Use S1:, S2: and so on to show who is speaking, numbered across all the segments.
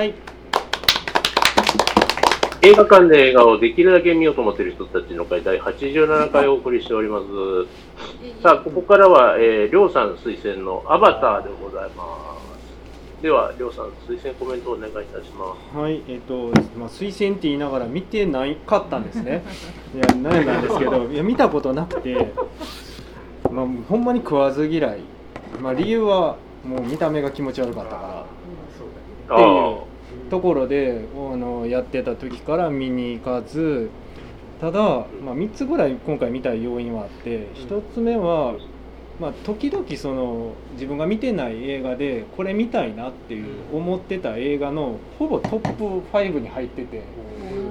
S1: はい。映画館で映画をできるだけ見ようと思っている人たちの会第87回お送りしております。さあ、ここからは、えー、りょうさん推薦のアバターでございます。では、りょうさん推薦コメントをお願いいたします。
S2: はい、えっ、と、まあ、推薦って言いながら見てないかったんです ね。いや、悩んだんですけど、いや、見たことなくて。まあ、ほんまに食わず嫌い。まあ、理由は、もう見た目が気持ち悪かったか
S1: あ
S2: っていう
S1: あ、
S2: ら。ところで、あの、やってた時から見に行かず。ただ、まあ、3つぐらい今回見た要因はあって1つ目は、まあ、時々その自分が見てない映画でこれ見たいなっていう思ってた映画のほぼトップ5に入ってて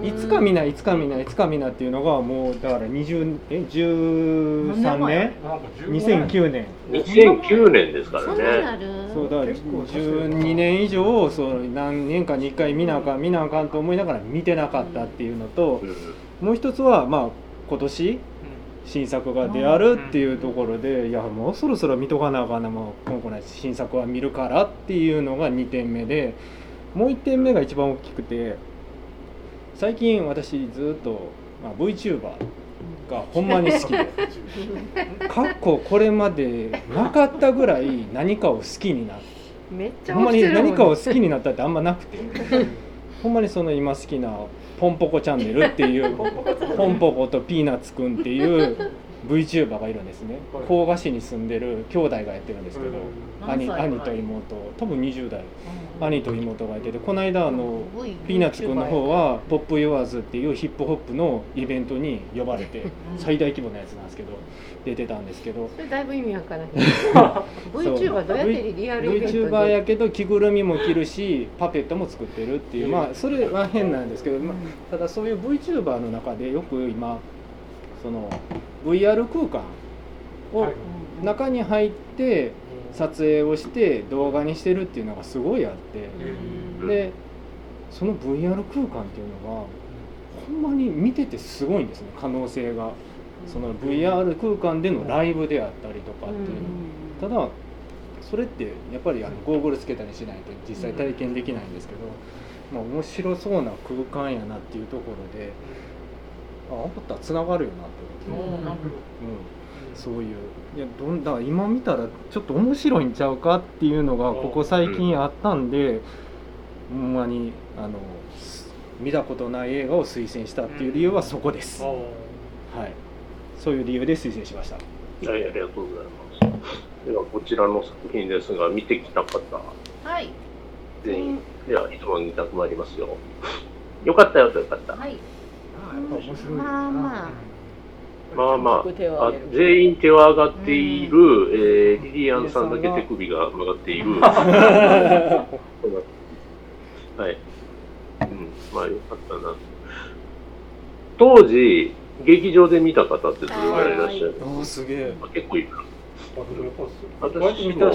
S2: いつか見ないいつか見ないいつか見ないっていうのがもうだから20え13年
S3: なんか
S2: 2009
S3: 15年
S2: 年
S1: 2009年ですから
S4: そんなに
S1: ね。
S4: ある
S2: そうだから
S3: 結構経ってるな
S2: 12年以上その何年かに1回見なあかん見なあかんと思いながら見てなかったっていうのと
S1: うん
S2: もう一つはまあ今年新作が出あるっていうところで、いやもうそろそろ見とかなあかんなもう今後の新作は見るからっていうのが2点目でもう1点目が一番大きくて最近私ずっと、まあ、VTuber がほんまに好き で過去これまでなかったぐらい何かを好きになっ
S4: めっちゃ
S2: ほんま
S4: 面
S2: に
S4: 白い
S2: 何かを好きになったってあんまなくてほんまにその今好きな「ポンポコチャンネル」っていう ポンポコとピーナッツくんっていう VTuber がいるんですね
S3: はい
S2: 甲賀市に住んでる兄弟がやってるんですけど兄
S4: 何歳
S2: 兄と妹多分20代兄と妹がやっててこの間あのピーナッツくんの方
S4: は
S2: は「ポップ・ユアーズ」っていうヒップホップのイベントに呼ばれて最大規模のやつなんですけど出てたんですけど
S4: それだいぶ意味 わからない
S2: そう
S4: VTuber どうやってリアルイベントで
S2: VTuber やけど着ぐるみも着るしパペットも作ってるっていうまあそれは変なんですけど、まあ、ただそういう VTuber の中でよく今その VR 空間を中に入って撮影をして動画にしてるっていうのがすごいあってでその VR 空間っていうのがほんまに見ててすごいんですね可能性がその VR 空間でのライブであったりとかっていうのがただそれってやっぱりあのゴーグルつけたりしないと実際体験できないんですけど、まあ、面白そうな空間やなっていうところであアバターつながるよなって思って、うん、そういういやどんだから今見たらちょっと面白いんちゃうかっていうのがここ最近あったんで、ほんまにあのす見たことない映画を推薦したっていう理由はそこです、はい、そういう理由で推薦しました
S1: はい、ありがとうございます。では、こちらの作品ですが、見てきた方、
S4: はい
S1: 全員、では、質問に択参りますよ。よかったよとよかった。
S4: はい
S3: まあまあ
S1: まあま
S5: 手を
S1: あ、あ
S5: 挙げる
S1: 全員手は上がっている、えー、リリアンさんだけ手首が曲がっている。 はい。うん、まあよかったな。当時、劇場で見た方ってどれぐらいいらっしゃる
S2: あーすげえ
S1: まあ結構いるな。
S3: 私も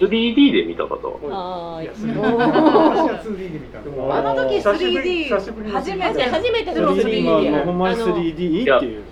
S1: 3D で見た方は。
S5: あー
S4: あの時 3D
S5: 初めて初めて
S2: そ
S5: の
S2: れ
S5: 3D
S2: 今もう
S5: や
S2: ほんまに 3D っていう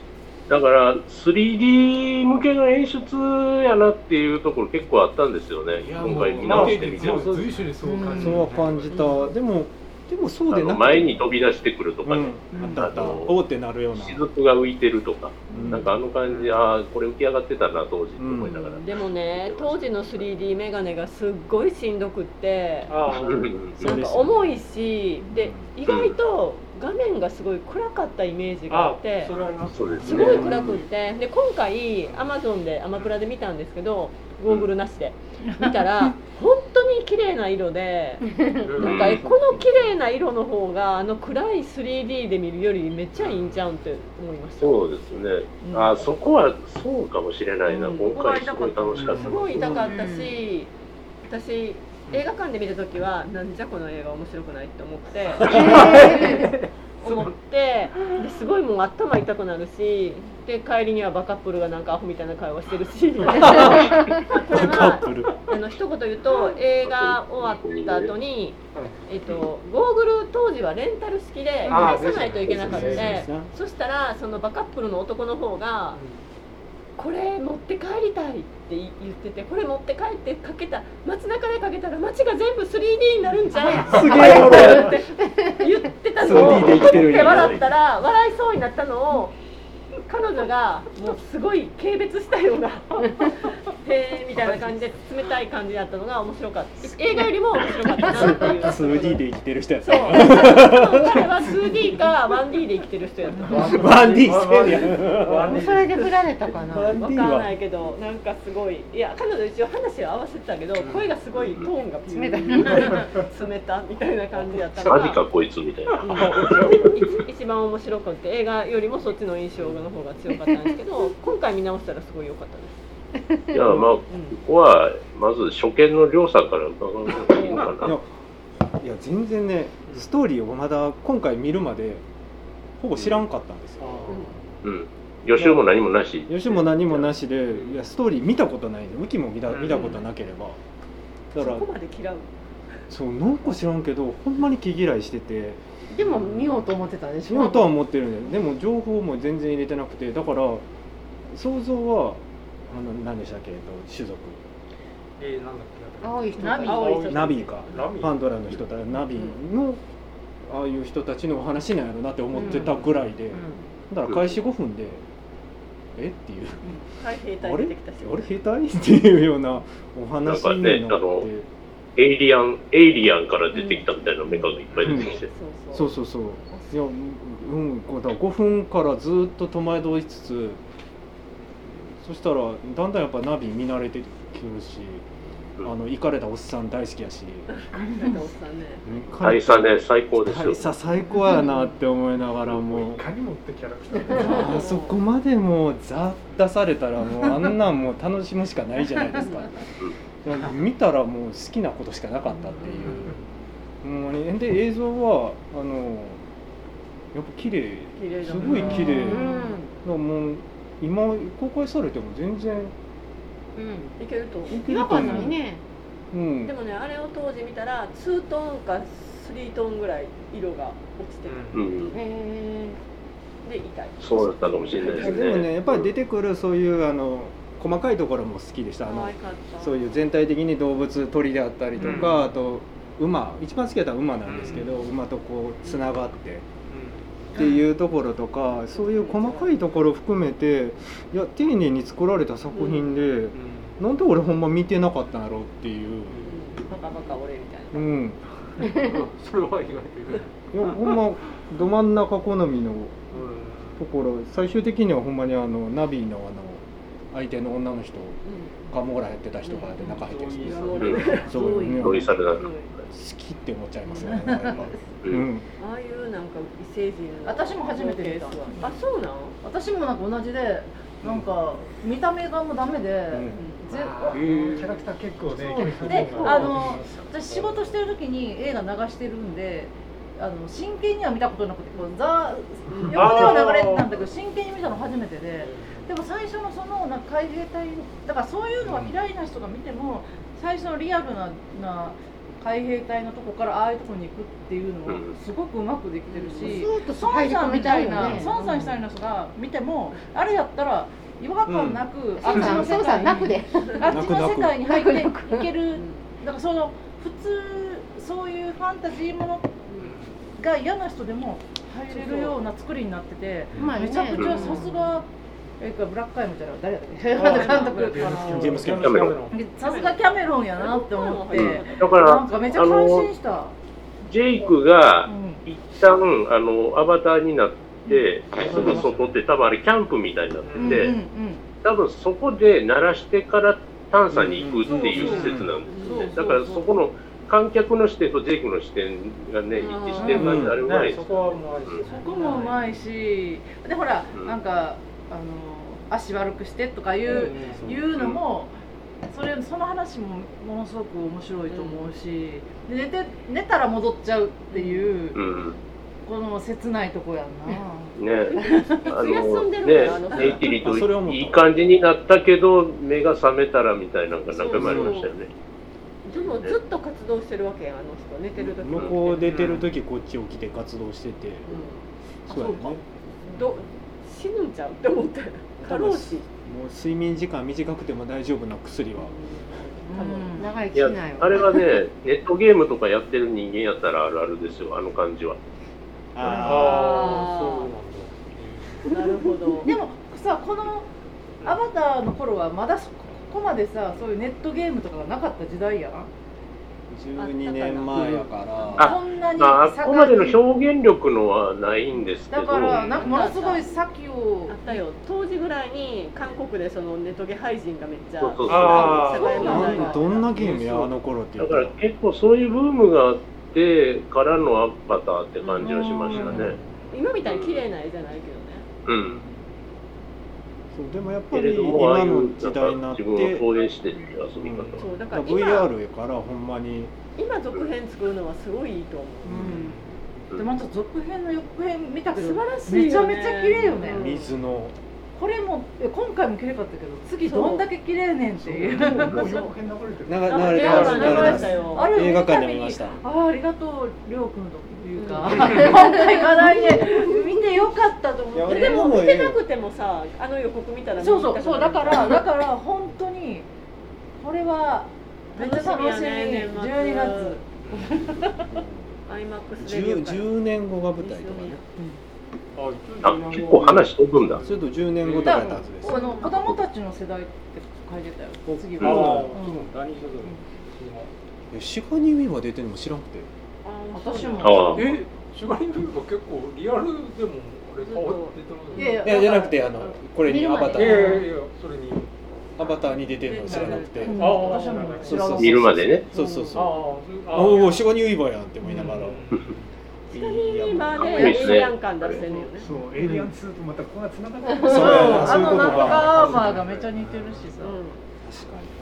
S1: だから、3D 向けの演出やなっていうところ結構あったんですよね。今回見直してみて。
S3: 随所にそう感じ
S2: そうは感じたでもでもそう
S1: あ
S2: でな
S1: の
S2: く
S1: 前に飛び出してくると
S2: う
S1: かね
S2: ん。あったあった
S1: あの
S2: おーってなるような
S1: 雫が浮いてるとか、
S2: うん
S1: なんかあの感じ、ああ、これ浮き上がってたな、当時って思いながら。
S5: でもね当時の 3D メガネがすっごいしんどくって
S1: うん
S2: そ
S5: な
S2: うんで
S5: か
S2: す
S5: 重いしで意外と画面がすごい暗かったイメージがあって
S1: そうです
S5: す
S1: ね
S5: ごい暗くってで今回アマゾンでアマプラで見たんですけどゴーグルなしで見た ら本当に綺麗な色でなんか
S1: うん
S5: この綺麗な色の方があの暗い 3D で見るよりめっちゃいいんちゃうんって思いました
S1: そうですね。
S5: うん
S1: あーそこはそうかもしれないな、
S5: うん
S1: 今回すごい楽しかった。
S5: すごい痛かったし、私映画館で見た時はなんじゃこの映画面白くないって思って 思ってですごいもう頭痛くなるしで帰りにはバカップルがなんかアホみたいな会話してる しただ
S2: カッ
S5: まあ
S2: プル
S5: あの一言言うと映画終わった後にえっとゴーグル当時はレンタル式で
S3: あー
S5: 返さないといけなかったの
S2: そう
S5: で
S2: ですね
S5: そしたらそのバカップルの男の方がこれ持って帰りたいって言っててこれ持って帰ってかけた街中でかけたら街が全部 3D になるんじゃ ん
S2: すげえおもろい
S5: って言ってたのを
S2: 3D で生きてるん
S5: で
S2: や
S5: 笑ったら笑いそうになったのを彼女がもうすごい軽蔑したような へえみたいな感じで冷たい感じだったのが面白かった映画よりも面白かったなっていう
S2: 2D で生きてる人やつ
S5: そう彼は 2D か 1D で生きてる人やったわ
S2: 1D してるやん
S4: もうそれで振られたかな。
S2: ワン
S5: かんないけどなんかすごいいや彼女一応話を合わせてたけど声がすごいトーンが
S4: 冷たい
S5: い 冷たみたいな感じだった
S1: マジ
S5: が
S1: かこいつみたいな。
S5: 一一番面白くて映画よりもそっちの印象の方が強かったんですけ ど今回見直したらすごい良かったです
S1: いや、まあ、ここは、まず初見のりょうさんから伺うのがいいのか
S2: い
S1: な
S2: や。いや全然ねストーリーをまだ今回見るまでほぼ知らんかったんですよ、
S1: うん。予習も何もなし。
S2: 吉も何もなしでいやストーリー見たことないんでウキも見た見たことなければだから
S5: そこまで嫌う
S2: そうなんか知らんけどほんまに毛嫌いしてて
S4: でも見ようと思ってたんでし
S2: 知
S4: ょ。
S2: らんとは思ってるんだよでも情報も全然入れてなくてだから想像はあの何でしたっけ、えっと、種族
S3: えー、なんだっけ。
S4: 青い人
S3: ナビ。
S5: 青い人
S2: ナビか
S3: ナビ
S2: パンドラの人たちナビのああいう人たちのお話なんやろなって思ってたぐらいで、
S4: う
S2: だから開始5分で、えっていう
S5: 海兵
S2: あ
S5: 隊
S2: れ
S5: 出てきたし
S2: あれ兵隊っていうようなお話になって
S1: なんかねあのエイリアン、エイリアンから出てきたみたいなメカがいっぱい出てきて。
S5: そ
S2: そううそうそういやうんこうだから5分からずっと戸惑いつつそしたらだんだんやっぱナビ見慣れてくるしあ
S1: うん
S2: の行かれたおっさん大好きやし
S5: そうなんかおっさんね
S1: 大佐ね、最高ですよ
S2: 大。佐最高やなって思いながらもう
S3: いかにもってキャラクター。
S2: あそこまでもうざ出されたらもうあんなんもう楽しむしかないじゃないですか見たらもう好きなことしかなかったっていうほんまにで映像はあのやっぱ綺麗
S5: 綺麗だ
S2: す
S5: ね
S2: ごい綺麗
S4: ん
S2: だからもう今公開されても全然
S4: う
S5: いけると
S4: ん。違和感ないね。
S2: うん
S5: でもねあれを当時見たら2トーンか3トーンぐらい色が落ちてる、
S1: うん。
S4: へ
S5: で痛い
S1: そうだったかもしれないですね。
S2: でもねやっぱり出てくるそういうあの細かいところも好きでしたあ
S5: 可
S2: の
S5: 愛かった
S2: そういう全体的に動物鳥であったりと
S3: うん
S2: かあと馬一番好きだったら馬なんですけど馬とこうつながってっていうところとかそういう細かいところ含めていや丁寧に作られた作品でなんで俺ほんま見てなかったんだろうっていう
S5: うんバカバカ俺みたい
S2: う
S5: な
S2: ん
S3: それは意外と。
S2: いやほんまど真ん中好みのところ最終的にはほんまにあのナビのあの相手の女の人がモーラやってた人がで中入ってる
S3: うん
S2: 人
S3: そ
S1: う
S3: う
S2: そ
S1: ん。
S2: うね
S1: ロイサルだ
S5: うん
S2: 好きって思っちゃいますよねなんか
S1: う。
S2: うんん
S5: ああいうなんか異星人の
S6: 私も初めて見
S5: ケ
S6: た
S5: ースはあそうなん
S6: 私もなんか同じでなんか見た目がもうダメで、
S2: うん
S6: ぜ
S3: キャラクター結構
S6: そ
S3: ね。
S6: うであの私仕事してる時に映画流してるんであの真剣には見たことなくてこうザ横では流れてたんだけど真剣に見たの初めてででも最初のそのなんか海兵隊だからそういうのが嫌いな人が見ても最初のリアルなな海兵隊のとこからああいうとこに行くっていうの
S1: うん
S6: をすごくうまくできてるし。
S4: ーっと
S6: 孫さんみたいな、
S4: ね
S6: 孫さんみたいな人が見ても、あれやったら違和感なく、あっち
S4: あ
S6: の
S4: のそう
S6: 世
S4: さ
S6: 界
S4: ん
S6: に、
S4: 泣くで。
S6: あっちの世界に入って
S4: 泣く泣く
S6: いける、なんかその普通そういうファンタジーものが嫌な人でも入れるような作りになってて、
S4: まあね
S6: めちゃくちゃさすが、えーブラックアイムじゃない誰だっけ、監督。さすがキャメロンやなって思って、
S1: だか
S6: な
S1: ら
S6: ん、かめちゃくちゃ安心した。
S1: ジェイクが
S6: うん
S1: 一旦、あの、アバターになって、すぐ外って、多分あれキャンプみたいになって
S6: うん
S1: て、多分そこで鳴らしてから探査に行くっていう施設なんですよね。だからそこの観客の視点とジェイクの視点がね、一致してる感じ、あれうまいです
S3: そ
S1: よ。
S3: こはもう。
S6: そこもうまいし、でほら、
S1: うん
S6: なんかあの足悪くしてとかいう,、いうのも、それその話もものすごく面白いと思うし、で寝て寝たら戻っちゃうっていう、
S1: うん。
S6: この切ないとこやんな。
S1: ね、あ
S5: つやすんでるのよあの
S1: ね、
S5: 人
S1: ネイティリ
S2: あそれは思
S1: と
S2: った
S1: いい感じになったけど、目が覚めたらみたいなのが何回もありましたよね。
S5: でもずっと活動してるわけやあの人寝てる時
S2: 向こう出てる時こっち起きて活動してて
S5: うん
S2: そうやね
S5: ど死ぬんちゃうって思って過労死
S2: もう睡眠時間短くても大丈夫な薬は
S5: 多分
S6: うん
S4: 長生き
S1: いや
S4: しない、
S1: あ
S4: わ。
S1: れはね、ネットゲームとかやってる人間やったらあるあるですよ、あの感じは。
S2: あ
S3: あーそうなんだ
S5: なるほど
S6: でもさこのアバターの頃はまだそここまでさそういうネットゲームとかがなかった時代やな
S2: ー12年前やから
S1: あ
S6: こんなに
S1: まあ、あ
S6: 盛んに
S1: そこまでの表現力のはないんですけ
S6: だ
S1: ど、
S6: からなんかものすごい先を
S5: あったよ当時ぐらいに韓国でそのネトゲ廃人がめっちゃ
S1: そうそうそう
S3: あー
S5: 社会問題
S2: な
S5: が
S2: んどんなゲームやあの頃って言
S1: だ
S2: っ
S1: か
S2: た
S1: ら結構そういうブームがあってからのアバターって感じはしましたね。
S5: 今みたいに綺麗な絵じゃないけど
S1: うん。
S2: そうでもやっぱ
S1: け
S2: り
S1: れども、ああ
S2: 今
S1: い
S2: の
S1: う、な
S2: 時
S1: ん
S2: 代にな
S1: か
S2: って
S1: 自分を投影してっていう遊び方
S5: ねそうだから今
S2: VR やからほんまに
S5: 今続編作るのはすごいいいと思
S6: でまた続編の翌編見た
S5: う
S6: けど
S5: 素晴らしい
S6: めちゃ
S5: よね
S6: めちゃ綺麗よね、
S5: うん
S2: 水の
S6: これもえ今回も綺麗かったけど次どんだけ綺麗ねんっていう
S3: そうもうもう横編流れてる
S2: 流れ
S5: あ
S2: 流れて
S5: 映画
S2: ます
S5: 館
S2: 流
S5: で見
S2: れてます
S5: ましたよ
S6: あれを
S2: 映
S6: 見
S2: 画
S6: た
S2: 館で
S6: び
S2: 見ま
S6: に
S2: した
S6: ああありがとうりょうくんというか、今回課題で見てよかったと思っ
S2: い
S6: て
S2: や
S5: で
S2: 俺
S5: も見てなくてもさあの予告見たら見に
S6: そう
S5: 行
S6: そ
S5: きた
S6: う
S5: くな
S6: そう
S5: る
S6: だからだから本当にこれはめっちゃ楽しみ
S5: 楽しみやね年末
S6: 12月
S5: アイマック スレビ
S2: 10,
S5: ューから
S2: 10年後が舞台とかね
S3: あ
S1: あ、結構話飛ぶんだ。
S2: ちょっと10年後とかやったはずです
S6: この子供たちの世代って書いてたよ次
S3: ああ
S6: は、
S3: 何する
S2: 45人今出てるのも知らんくて
S5: あー
S6: 私
S5: そうなん
S6: も
S5: だ
S1: ああ。
S3: えシュガリンフード結構リアルでもあれ変わってた
S6: いやいや
S2: いやじゃなくてあのこれにアバタ
S3: いやいや
S2: ー
S3: いやそれに
S2: アバターに出てるの知らなくて
S6: うん
S3: ああ
S6: 私も知らなかった
S1: 見るまでね。
S2: そうそうそう
S3: ああ
S2: あおお45人今やんって思いながら
S5: ちなみに今
S1: い
S5: で
S1: いですね
S5: エイリアン感出してるよね
S7: そう、エイリアン2とまたここが繋がってる
S2: そう
S6: うん
S2: やな
S6: あ
S2: そういうこ
S6: の
S2: と
S6: なんと
S2: が
S6: かアーマーがめっちゃ似てるしさ、
S2: 確かに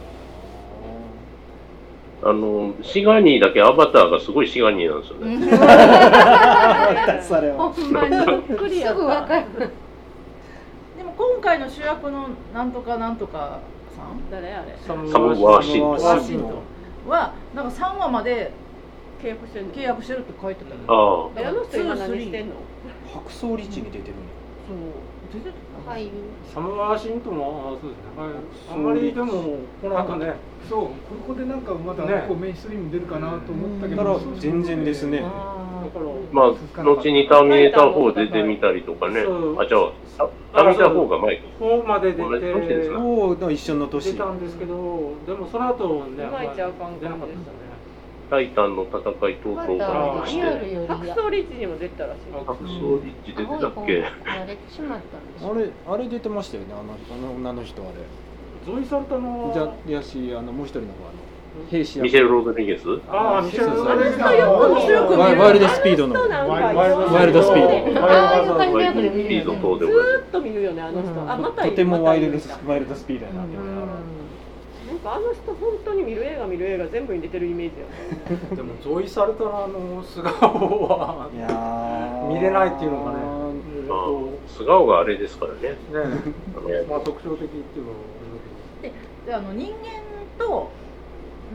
S1: あの、シガニーだけアバターがすごいシガニーなんですよね。
S2: なまたそれは
S5: ほんまにびっくりやった
S6: すぐわかるでも今回の主役のなんとかなんとかさん
S5: 誰あれ
S3: サム
S1: サムワーシン
S2: ワ
S1: ト。
S2: ーシント
S6: はなんか3話まで
S5: 契約してんの
S6: 契約してるって書いてたよ
S1: ああ。
S5: えあの人今何してんの
S2: 白装リッチに出てる
S6: そう出てた
S4: 俳優。
S3: サムワーシントンもあそうですね、はい、あんまりでもこの後ね
S7: そう、ここでなんかまだ
S3: ね
S7: こうメインストリーム出るかなと思ったけ
S2: だから
S7: ど、そう
S2: 全然ですね
S3: だ
S6: あ
S3: から
S1: まあ、後にターミネーター4出てみたりとかね。
S3: そう
S1: あ、じゃあ、ターミネーター4が前か。
S3: ここまで出
S1: これどうしてです
S3: て
S1: か
S2: のおー一緒の
S3: 出
S2: 年
S3: たんですけどでもその後ね
S5: いまいちあかん
S3: 出な
S5: 感
S3: かっ
S5: じ
S3: たでし
S5: でし
S3: たた
S5: ね
S3: ね
S1: タイタンの戦い等
S4: ま
S1: 々
S4: だ
S1: がありまし
S4: リアル
S1: て。
S4: よ
S5: 白
S4: りや。
S5: 装リッチにも出てたらしい
S1: 白装リッチ出てたっ
S4: 青い
S1: け
S4: 方がやれてしまったんでし
S2: あ
S4: ょ。
S2: れあれ出てましたよねあのあの女の人あれ
S3: ゾイサルタの
S2: じゃいやしあのもう一人の方あの兵士
S1: ミシェル・ロドリゲス
S3: ああミシェル
S2: そうそうそう
S3: あれが
S2: ワワイルドスピードの
S5: 人なんか
S2: ワイルドスピード
S4: ああいう感じの
S1: ワ
S4: や
S1: イ
S4: つ
S1: ルド
S4: で
S1: ス
S4: 見
S1: ピー
S4: るよ
S1: ド
S4: ね。
S1: 等でも
S5: ずーっと見るよねあの人あまたい
S2: と
S5: る
S2: てもワイルド
S5: ま
S2: ス
S5: たいる
S2: ワイルドスピードやなって思いながら
S5: なんかあの人本当に見る映画見る映画全部に出てるイメージやね
S3: でもゾイサルタのあの素顔はい
S2: やー
S3: 見れないっていうのがね
S1: まあ、素顔があれですからね。
S3: ね
S1: あの
S3: まあ特徴的っていうのは
S6: であの人間と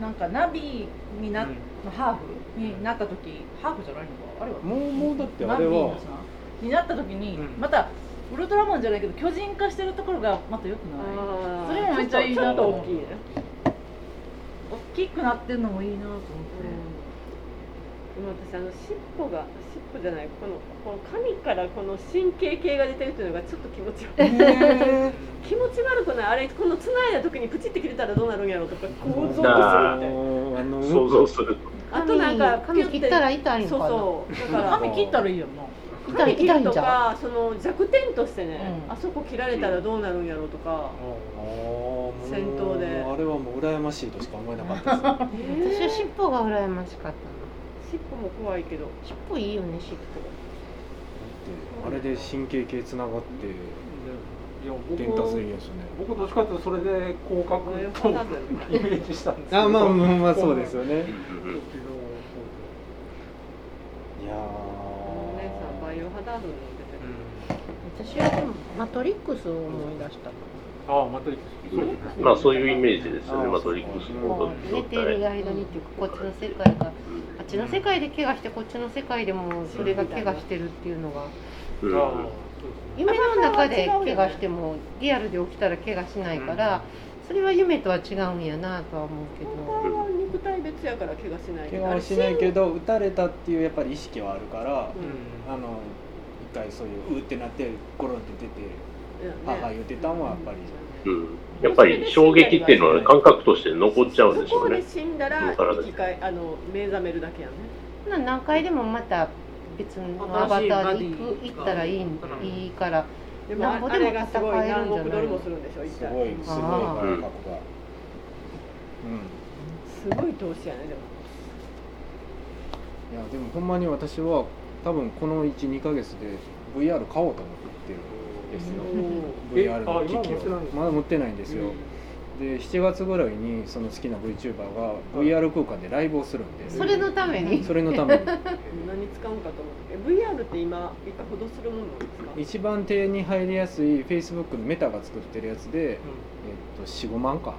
S6: なんかナビにな、ハーフになった時ハーフじゃないのかあれは
S2: もうもうだってあ
S6: ナ
S2: れ
S6: ビ
S2: は
S6: のさになった時に、
S3: うん
S6: またウルトラマンじゃないけど巨人化してるところがまた良くない
S5: あ
S6: それもめっちゃいい
S5: ちょ
S6: な
S5: っ
S6: と
S5: と
S6: 思
S5: 大
S6: う
S5: きいね
S6: 大きくなってんのもいいなと思って、
S5: でも私あの尻尾が尻尾じゃないこのこの髪からこの神経系が出てるっていうのがちょっと気持ち悪い 気持ち悪くないあれこの繋いだ時にプチって切れたらどうなるんやろうとか構造とするみたい
S2: あ
S5: な
S2: のあの
S1: 想像すると。
S5: あとなんか
S4: 髪
S5: ピュッて
S4: 切ったら痛いの
S5: そ
S4: か
S5: う
S4: な。
S5: そうだから
S6: 髪切ったらいいよな
S4: 痛い
S5: 髪切
S4: 痛い
S5: る
S4: ん
S5: と
S4: ちゃ
S5: かその弱点としてね、
S6: うん
S5: あそこ切られたらどうなるんやろうとか、戦闘で
S2: あれはもう羨ましいとしか思えなかったです
S5: え
S4: う。私は
S5: 尻
S4: 尻尾が羨ましかったな。
S5: 尾も怖いけど
S4: 尻尾いいよね尻
S2: あれで神経系つながって伝達できるんですよね
S3: 僕どっちかというとそれで広角とイメージしたんですけど
S2: あまあまあまあそうですよね
S1: うん
S2: いやー
S5: お姉さんバイオハザードに出てる、
S4: 尾。私はでもマトリックスを思い出した。
S3: ああまたいいですね
S1: うんまあ、そういうイメージですよ
S2: あ
S1: ね。
S2: ー
S1: マトリックス
S4: こう寝てる間にっていうかこっちの世界があっちの世界で怪我してこっちの世界でもそれが怪我してるっていうのが
S1: うん
S3: ああそうですね
S4: 夢の中で怪我してもリアルで起きたら怪我しないからそれは夢とは違うんやなとは思うけ ど
S5: 本当は肉体別やから怪我しない
S2: 怪我はしないけど打たれたっていうやっぱり意識はあるから、
S3: う
S2: あの一回そういううーってなってゴロンって出て母言ってたんはやっぱり
S1: うん、やっぱり衝撃っていうのは感覚として残っちゃうんでし
S5: そ
S1: ょ
S5: こ
S1: う
S5: で
S1: ね。
S5: 死んだら生き返あの目覚めるだけやね
S4: まあ何回でもまた別のアバターに行く行ったらいいんいいから
S5: でもああれがすごい何億ドルもするんでしょ一
S2: す
S5: 体
S2: ごいすごい感覚が、うん
S5: すごい投資やねでも
S2: いやでもほんまに私は多分この12ヶ月で VR 買おうと思ってるんですよ
S3: え
S2: VR
S3: あ
S2: の機
S3: 今
S2: 器
S3: 持ってない
S2: を
S3: んですか
S2: まだ持ってないんですよ、で7月ぐらいにその好きな VTuber が VR 空間でライブをするんで
S4: それのために
S2: それのために
S5: 何使うんかと思ってえ VR って今いかほどするものなんですか
S2: 一番手に入りやすい Facebook のメタが作ってるやつで、えっと、45万かあ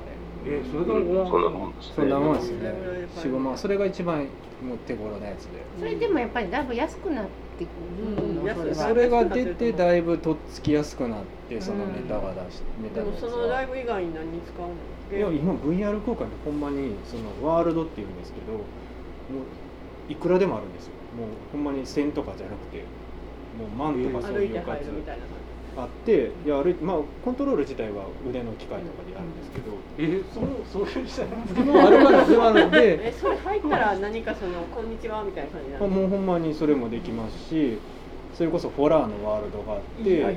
S2: れ
S3: えそれで
S1: う
S3: も
S1: ん、そんなもんです
S2: そんなもん
S1: ね。
S2: ですよね45万それが一番もう手頃なやつで
S4: それでもやっぱりだいぶ安くなってくる
S5: うん
S4: のそれ
S5: 安い
S2: そ
S4: は
S2: れが出てだいぶとっつきやすくなってそのメタが出し、メ
S5: で
S2: タの
S5: も
S2: やつ
S5: そのライ
S2: は
S5: ブ以外に何に使うの
S2: いや今 VR 空間でほんまにそのワールドっていうんですけどもういくらでもあるんですよもうほんまに1000とかじゃなくてもう万とかそう
S5: 歩い
S2: い
S5: て
S2: う
S5: 入
S2: 数
S5: るみたいな感
S2: あっていや歩いまあコントロール自体は腕の機械とかでやるんですけど、
S3: えそうそういうじゃない
S2: その歩かなくなるの
S5: じ
S2: で
S5: えそれ入ったら何かその「こんにちは」みたいな感じな
S2: まあ
S5: の
S2: もうほんまにそれもできますしそれこそホラーのワールドがあっ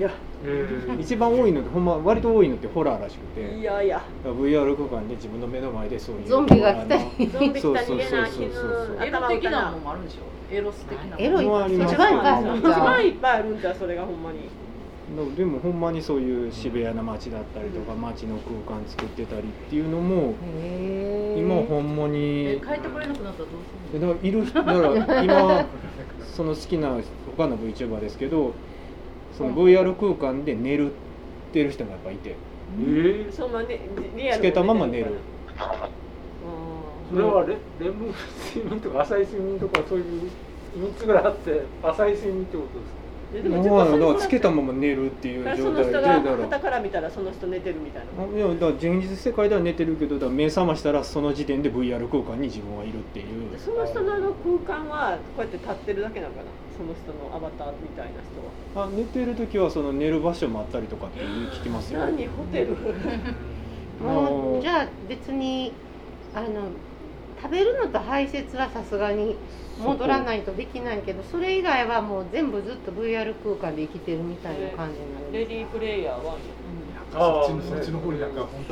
S2: て一番多いのってほんま割と多いのってホラーらしくて
S5: いやいや
S2: VR 空間で自分の目の前でそういう
S4: ゾンビが来たり
S5: ゾンビ来た逃げない
S2: そうそ
S5: 犬
S2: うそうそう
S6: エロ
S5: 頭打
S6: 的
S5: た
S6: な
S5: な
S6: のもあるんでしょエロス的な
S4: エロい
S2: もうあります
S4: 一番か
S2: もうあ
S5: 一
S2: り
S4: じゃあ
S5: 番いっぱいあるんじゃそれがほんまに
S2: でもほんまにそういう渋谷の街だったりとか街の空間作ってたりっていうのも
S4: へー
S2: 今ほんまに
S6: え帰ってこれなくなったらどうす
S2: え
S6: る
S2: だからいる人だから今その好きな他の VTuber ですけどその VR 空間で寝るってる人もやっぱいて
S3: え
S5: そのままねリアル
S2: つけたまま寝る
S3: それはレレム睡眠とか浅い睡眠とかそういう三つぐらいあって浅い睡眠ってことですか
S5: で
S2: も
S5: も
S2: う
S5: ちょっ
S2: だ
S5: と
S2: から
S5: そ
S2: つけたまま寝るっていう
S5: だからそ
S2: 状
S5: の
S2: 態でだから
S5: 人が傍から見たらその人寝てるみたいな
S2: あいやだから現実世界では寝てるけどだから目覚ましたらその時点で VR 空間に自分はいるっていう
S5: その人のあの空間はこうやって立ってるだけなのかなその人のアバターみたいな人は
S2: あ寝てる時はその寝る場所もあったりとかっていう聞きますよ
S5: 何ホテル
S4: もうじゃあ別にあの食べるのと排泄はさすがに戻らないとできないけどそれ以外はもう全部ずっと VR 空間で生きてるみたいな感じになるん
S5: レ
S4: で
S5: ディープレイヤーは
S7: そっちのそっちの方になんか本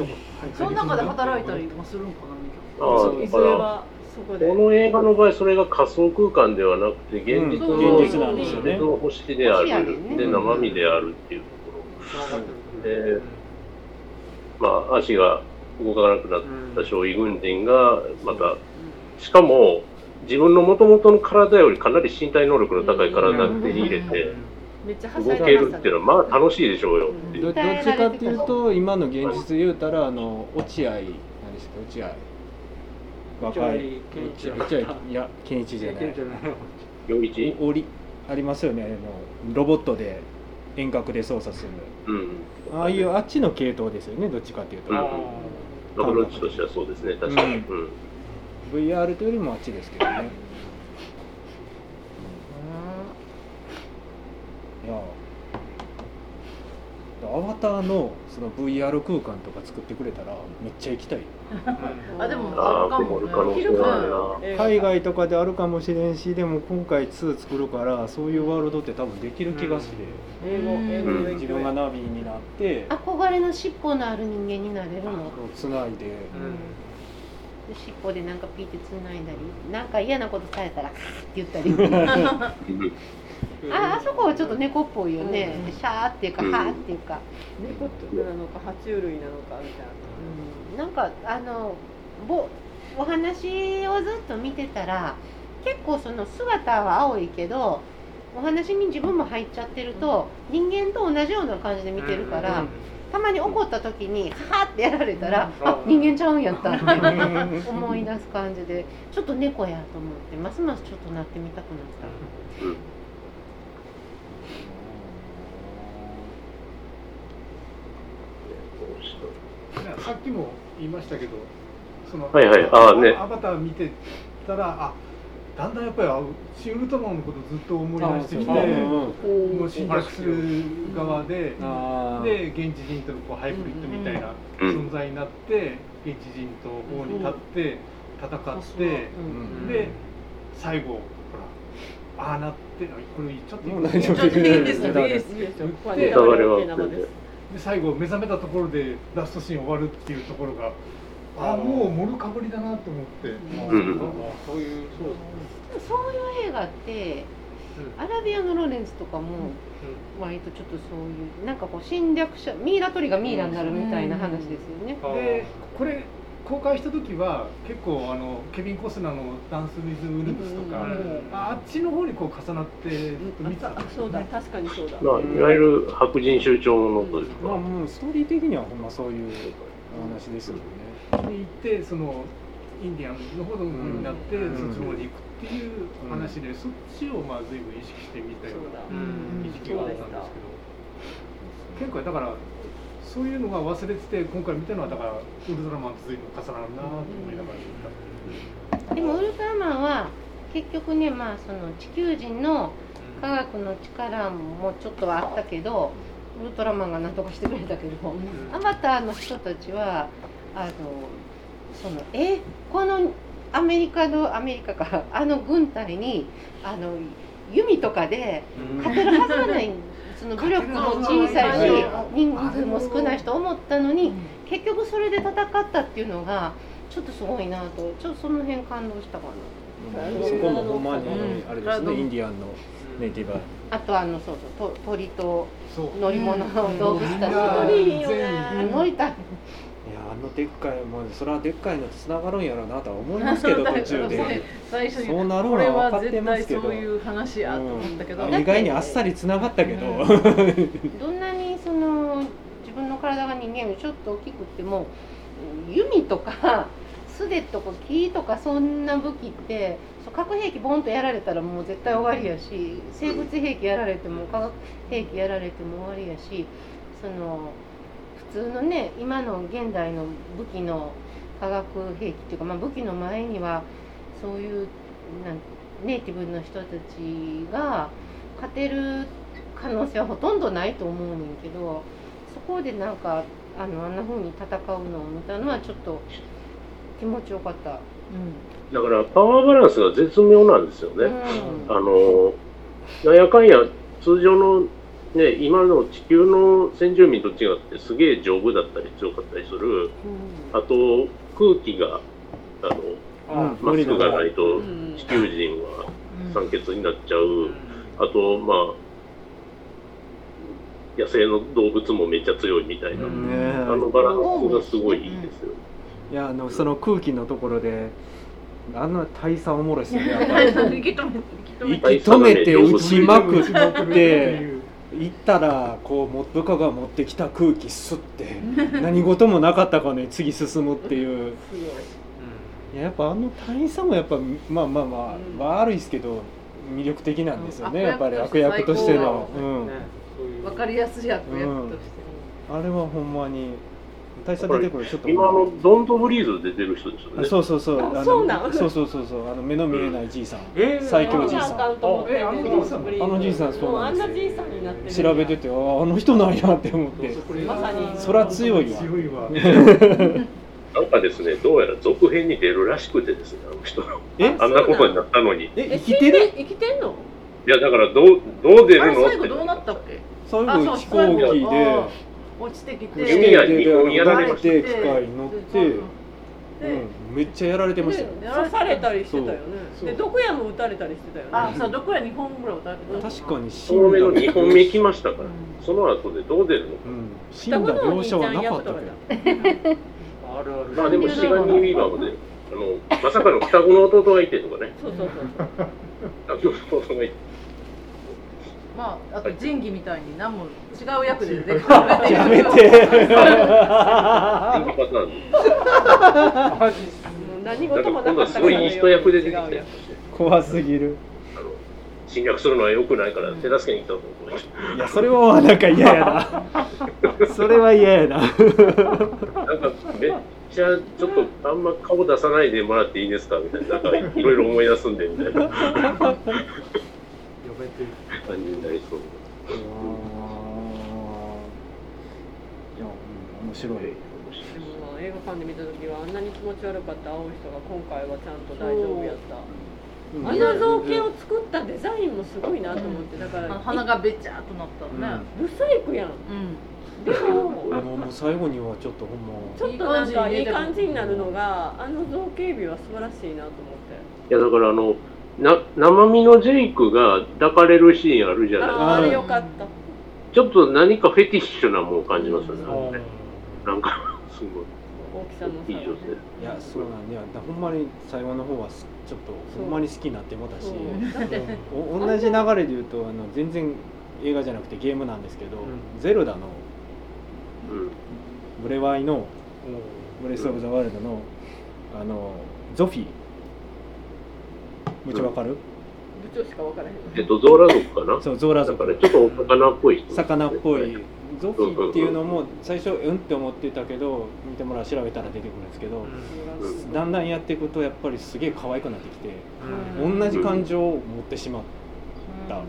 S7: 当
S6: その中で働いたりとかするのかなみ
S1: ああ
S5: い
S1: だ
S5: ず
S1: か
S5: れ
S1: ら
S5: はそこで
S1: この映画の場合それが仮想空間ではなくて現実の、
S2: うん現実なんですよね
S1: 現実の星であ
S4: 星や
S1: る、
S4: ね
S1: で生身であるっていうところで、まあ足が動かなくなった将棋軍人がまたしかも自分のもともとの体よりかなり身体能力の高い体に手に入れて
S5: めっちゃはし
S1: 動
S5: ゃいで
S1: け
S5: まし
S1: る
S5: た
S1: ってい
S5: ね
S1: うのはまあ楽しいでしょうよってい
S2: どど
S1: う
S2: っちかっていうと今の現実言うたらあの落合何でしたっけ落合若い
S3: 落合
S2: 落合いや健一じゃない
S1: 余一
S2: おおりありますよねあのロボットで遠隔で操作する
S1: うん
S2: ああいうあっちの系統ですよねどっちかっていうと、
S1: うんアプローチとしてはそうですね確かに、うん
S2: VR というよりもあっちですけどねいやアバターのその VR 空間とか作ってくれたらめっちゃ行きたい
S6: あでも
S1: ああ曇る可能性はあるな
S5: 映画
S2: 海外とかであるかもしれんしでも今回2作るからそういうワールドって多分できる気がして、
S5: 英語英語の勉
S2: 自
S5: 強
S2: 分
S5: や
S2: がナビになって
S4: 憧れの尻尾のある人間になれるの
S2: つないで、
S4: 尻尾でなんかピーってつないだりなんか嫌なことされたらカーって言ったり
S1: うん
S4: ああそこはちょっと猫っぽいよね、
S5: うん
S4: シャーっていうか
S1: うん
S4: ハーっていうか、
S5: 猫なのか爬虫類なのかみたいな
S4: うんなんかあのぼお話をずっと見てたら結構その姿は青いけどお話に自分も入っちゃってると、人間と同じような感じで見てるから、たまに怒った時に「はは」ってやられたら「あ人間ちゃうんやった」って思い出す感じでちょっと猫やと思ってますますちょっとなってみたくなった。
S1: うん
S7: いやさっきも言いましたけど、その
S1: はいはいあーね
S7: アバター見てたら、あだんだんやっぱりあシン・ウルトラマンのことずっと思い出してきて、
S2: あうんうん
S7: もう侵略する側で、
S2: あー
S7: で現地人とのこうハイブリッドみたいな
S1: うん
S7: 存在になって、現地人と法に立って戦って、
S2: うん
S7: で最後ほらああなってあこれ言っちゃっていい
S2: も
S7: の
S2: う大丈夫
S5: いいです
S2: ネ
S5: よ
S2: タ
S5: いいですよいいですよここはネタ
S1: ネタ
S5: バ
S1: バレ
S5: レ
S1: は
S5: のテーマです
S7: で最後目覚めたところでラストシーン終わるっていうところがああもうモルかぶりだなと思って、
S1: うん
S3: そういうそうですね
S4: そういう映画ってアラビアのロレンスとかも割とちょっとそういうなんかこう侵略者ミイラ取りがミイラになるみたいな話ですよね。
S3: あー
S7: でこれ公開した時は結構あのケビン・コスナーの「ダンス・ウィズ・ウルプス」とか、
S3: うん
S7: ああっちの方にこう重なって見てたん
S5: あ
S7: です
S5: そ
S7: よ
S5: うだ
S7: ね
S5: 確かにそうだ
S1: まあ、いわゆる白人集長のというか、
S2: まあもうストーリー的にはほんまそういうお話ですよね。
S7: に行ってそのインディアンの方になって、
S2: うん
S7: そっちの方に行くっていう話で、そっちをまあ随分意識してみたよ
S5: そう
S7: う
S5: だ
S7: な
S3: うん
S7: 意識があったんですけど、結構だからそういうのが忘れてて今回見たのはだから「ウルトラマン」と随分重なるなと思いながら見た。
S4: でもウルトラマンは結局ねまあその地球人の科学の力もちょっとはあったけどウルトラマンが何とかしてくれたけどアバターの人たちはあのそのえこのアメリカのアメリカかあの軍隊にあの弓とかで勝てるはずがないその武力も小さいし人数も少ない人思ったのに結局それで戦ったっていうのがちょっとすごいなとちょっとその辺感動したか
S2: う
S4: な。
S2: んそこもほんまにあれですねインディアンのネイティブ。
S4: あとあのそうそうと鳥と
S7: そう
S4: 乗り物の動物たち
S5: うん
S4: と
S5: いいよね
S4: 乗りたい
S2: いやあのでっかいまあそれはでっかいのと繋がるんやろうなとは思いますけど途中で。
S6: 最初に
S2: そうなるの
S6: これ
S2: は分
S6: は
S2: かって
S6: 絶
S2: ま
S6: 対
S2: すけ
S6: そ
S2: ど
S6: ういう話やと思ったけど、
S2: うん
S4: だって
S2: 意外にあっさり繋がったけど。
S6: う
S4: どんなにその自分の体が人間よりちょっと大きくっても弓とか素手とか木とかそんな武器ってそう核兵器ボンとやられたらもう絶対終わりやし生物兵器やられても化学兵器やられても終わりやしその普通のね今の現代の武器の化学兵器っていうか、まあ、武器の前にはそういうなんネイティブの人たちが勝てる可能性はほとんどないと思うねんけどそこでなんかあのあんな風に戦うのを見たのはちょっと気持ちよかった。
S1: だからパワーバランスが絶妙なんですよね。
S4: うん
S1: あのなんやかんや通常の、ね、今の地球の先住民と違ってすげえ丈夫だったり強かったりするあと空気があ
S2: う
S1: の
S2: ん
S1: マスクがないと
S5: うん
S1: 地球人は酸欠になっちゃう、
S3: うん
S1: あとまあ野生の動物もめっちゃ強いみたいな、
S3: うん
S1: あ
S2: ね
S1: のバランスがすごいいいですよ。
S2: いやあのその空気のところであの大差おもろいっすねや っぱり
S6: 受け止め
S2: 息止めて打ちまくっ
S7: まく
S2: て行ったらこうも部下が持ってきた空気吸って何事もなかったかね次進むっていういややっぱあの大差もやっぱまあまあまあ、
S5: うん
S2: 悪いですけど魅力的なんですよね、
S6: うん
S2: やっぱり悪
S6: 悪
S2: 役
S6: 役
S2: と
S6: と
S2: し
S6: してて
S2: の、
S6: 最
S2: うん
S3: ねそういう
S6: わかりやすい役やっとして、
S2: あれはほんまに大差出てくるちょっと
S1: 今のドントブリーズで出てる人ですよ
S2: あ
S1: ね。
S2: そうそうそうあの
S5: そうなん
S2: そうそうそうそうあの目の見えないじいさん、
S3: えー
S2: 最強じい
S5: あ
S2: さん
S5: あかんと思って
S7: えあのじいさん
S2: あのじいさんそう
S5: もう
S2: な
S5: あ
S2: ん
S5: ん
S2: です
S5: なじいさんになってる
S2: 調べててあああの人なんやって思って
S3: そうこれ
S5: まさに
S2: そら強いわ
S7: 強い わ
S1: なんかですね、どうやら続編に出るらしくてですね、あの人が。
S2: え
S1: あんなことになったのに。い
S2: え
S5: え
S2: 生きてる
S5: 生きてんの
S1: や、だからどう、どう出
S6: あ
S1: る
S6: れ
S1: の
S6: 最後どうなったっけ
S2: 最
S6: あ
S2: 後飛行機で
S6: 落ちてき
S1: あ弓
S6: て
S1: 矢に二本やられま
S2: し
S1: した
S6: た
S2: 機械に乗って、うん、めっちゃやられてましたよ
S5: で刺されたりしてたよね
S2: そう
S5: で毒矢も撃たれたりしてたよね
S6: あそうどこや2本ぐらい打たれてた
S2: 確かに死
S1: その
S2: ん
S1: 目
S2: だ
S1: の2本目来ましたから、その後でどう出るのか。
S2: うん、死んだ描写はなかったけど
S3: あるある
S1: まあでも、シガニー・ウィーバーもね、あの、まさかの双子の弟がいてとかね、
S5: そうそうそう
S1: 双子の弟がいて。
S6: まああと仁義みたいに何も違う役で出てく
S2: や めて
S1: 人気パターンで
S5: もう何
S1: だか
S5: 事も
S1: ら今度
S5: なか
S1: は
S5: った
S1: す
S5: か
S1: ご
S5: ら
S1: いいい人役で出てきたよ
S5: 違うや
S1: あ
S2: 怖すぎる
S1: の、侵略するのは良くないから手助けに来たと思いました
S2: いやそれはなんか嫌 やなそれは嫌やな
S1: なんかめっちゃちょっとあんま顔出さないでもらっていいですかみたいななんかいろいろ思い出すんでみたいな感
S3: 呼べてる
S1: じになりそう
S2: いやうん面白い
S5: でも映画館で見た時はあんなに気持ち悪かった青い人が今回はちゃんと大丈夫やった
S2: うん
S5: あの造形を作ったデザインもすごいなと思ってだか
S6: あの
S5: ら
S6: 鼻がべちゃっとなったらね。
S5: ブサイクやん
S6: うん。
S5: でも
S2: もうもう最後にはちょっとほん
S5: ちょっとなんかいい感じになるのがあの造形美は素晴らしいなと思っ
S1: い
S5: て
S1: やだからあのな生身のジェイクが抱かれるシーンあるじゃないですか
S5: ああーあれよかった
S1: ちょっと何かフェティッシュなもん感じますよねあのねなんかすごい
S5: 大きさの
S1: いい女性
S2: まいやそうなんだよだほんまに最後の方はすちょっと
S5: そう
S2: ほんまに好きになってもたし
S5: そうだって
S2: お同じ流れで言うとあの全然映画じゃなくてゲームなんですけど、ゼルダの
S1: うん
S2: ブレワイのブレス・オブ・ザ・ワールドのあのゾフィーめっちゃわかる、
S5: 部長しか分からへん
S1: えっとゾーラ族かな
S2: そうゾーラ
S1: だ
S2: 族
S1: からちょっとお魚っぽい人ですね
S2: 魚っぽいゾフィーっていうのも最初うんって思ってたけど見てもらう調べたら出てくるんですけど、
S1: ん
S2: だんだんやっていくとやっぱりすげえ可愛くなってきて、
S5: うん
S2: 同じ感情を持ってしまった、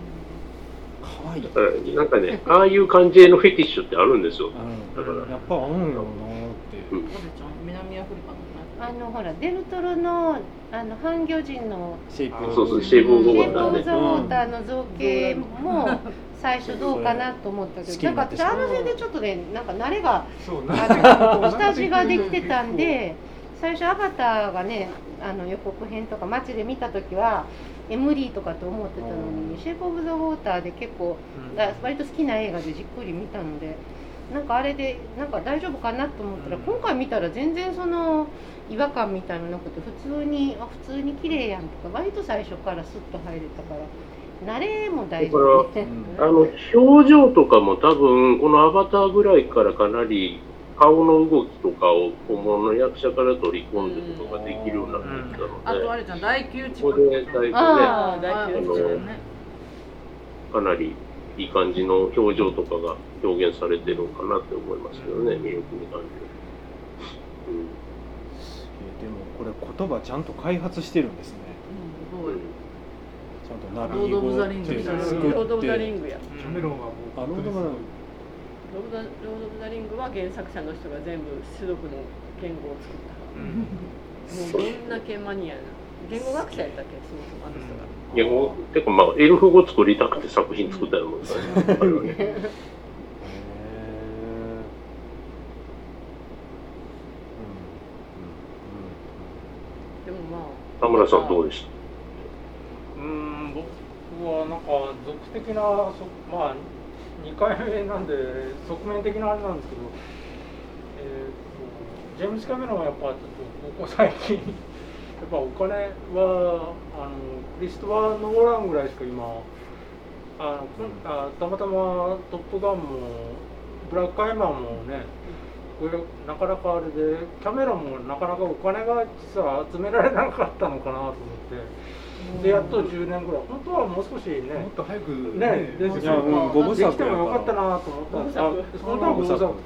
S2: 可愛い
S1: だからなんかね、ああいう感じのフェティッシュってあるんですよ。
S2: う
S1: だから
S2: ん、やっぱ合うんやろうなーって、
S6: なぜちゃん南アフリカのね。
S4: あのほらデルトロのあの半魚人の
S2: シェイプ
S1: そうそうシェイプオブ
S4: シ
S1: ウォ
S4: ェ
S1: ー
S4: イプ・
S1: タ
S4: オ
S1: ー
S4: ブ・
S1: ね
S4: ザ・ウォーターの造形も最初どうかなと思ったけ
S2: 好き
S4: ど
S2: にな
S4: なん
S2: ってし
S4: か私
S2: まう
S4: あの辺でちょっとねなんか慣れが
S7: そうな
S4: あの下地ができてたんで最初「アバター」がねあの予告編とか街で見た時はエムリーとかと思ってたの
S2: うん
S4: に「シェイプ・オブ・ザ・ウォーター」で結構だ割と好きな映画でじっくり見たのでなんかあれでなんか大丈夫かなと思ったら今回見たら全然その違和感みたいなのなくて普通にあ普通に綺麗やんとか割と最初からスッと入れたから慣れも大事
S2: う
S4: ね
S2: ん
S1: あの、表情とかも多分、このアバターぐらいからかなり、顔の動きとかを本物の役者から取り込んでいくことができるようになってきた
S6: あ
S1: ので、
S6: とあれじゃん第九地
S1: ここで
S6: 区。
S1: だいぶね、
S4: あ
S5: あ大
S1: あ
S5: 丈
S1: の
S5: 夫
S1: かなりいい感じの表情とかが表現されてるのかなって思いますけどね、魅力に感じる。
S2: えでもこれ言葉ちゃんと開発してるんですね
S1: うんうん
S2: ちゃんとナビ語
S6: ロードオブザリング
S2: って作
S5: ロード・オ
S2: っ
S5: ブ・ザ・リン
S2: て
S5: グや
S7: キャメロンはもう
S2: あロードオブザリング
S5: ロード・ロード・オブ・ザ・リングは原作者の人が全部種族の言語を作っ
S7: う
S5: た
S7: ん
S5: もうどんだけマニアな言語学者やったっけそもそもあの人が
S1: 言語、てかまあ、エルフ語作りたくて作品作ったようなもんですか らねあれはね。
S2: へ
S5: でもまあ
S1: 田村さんどうでし
S3: うーん僕はなんか属的なそまあ2回目なんで側面的なあれなんですけど、えーとジェームス・キャメロンはやっぱちょっとここ最近やっぱお金はあのクリストファー・ノーランぐらいしか今あのこんあたまたま「トップガン」も「ブラック・アイマン」もねこれなかなかあれでキャメロンもなかなかお金が実は集められなかったのかなと思って。でやっと10年ぐらい本当はもう少しね
S7: もっと早く
S3: ねです
S2: いやもう五部作
S3: できてもよかったなと思ったんです
S5: 五
S3: あ
S5: 部
S3: 本当は5作とかね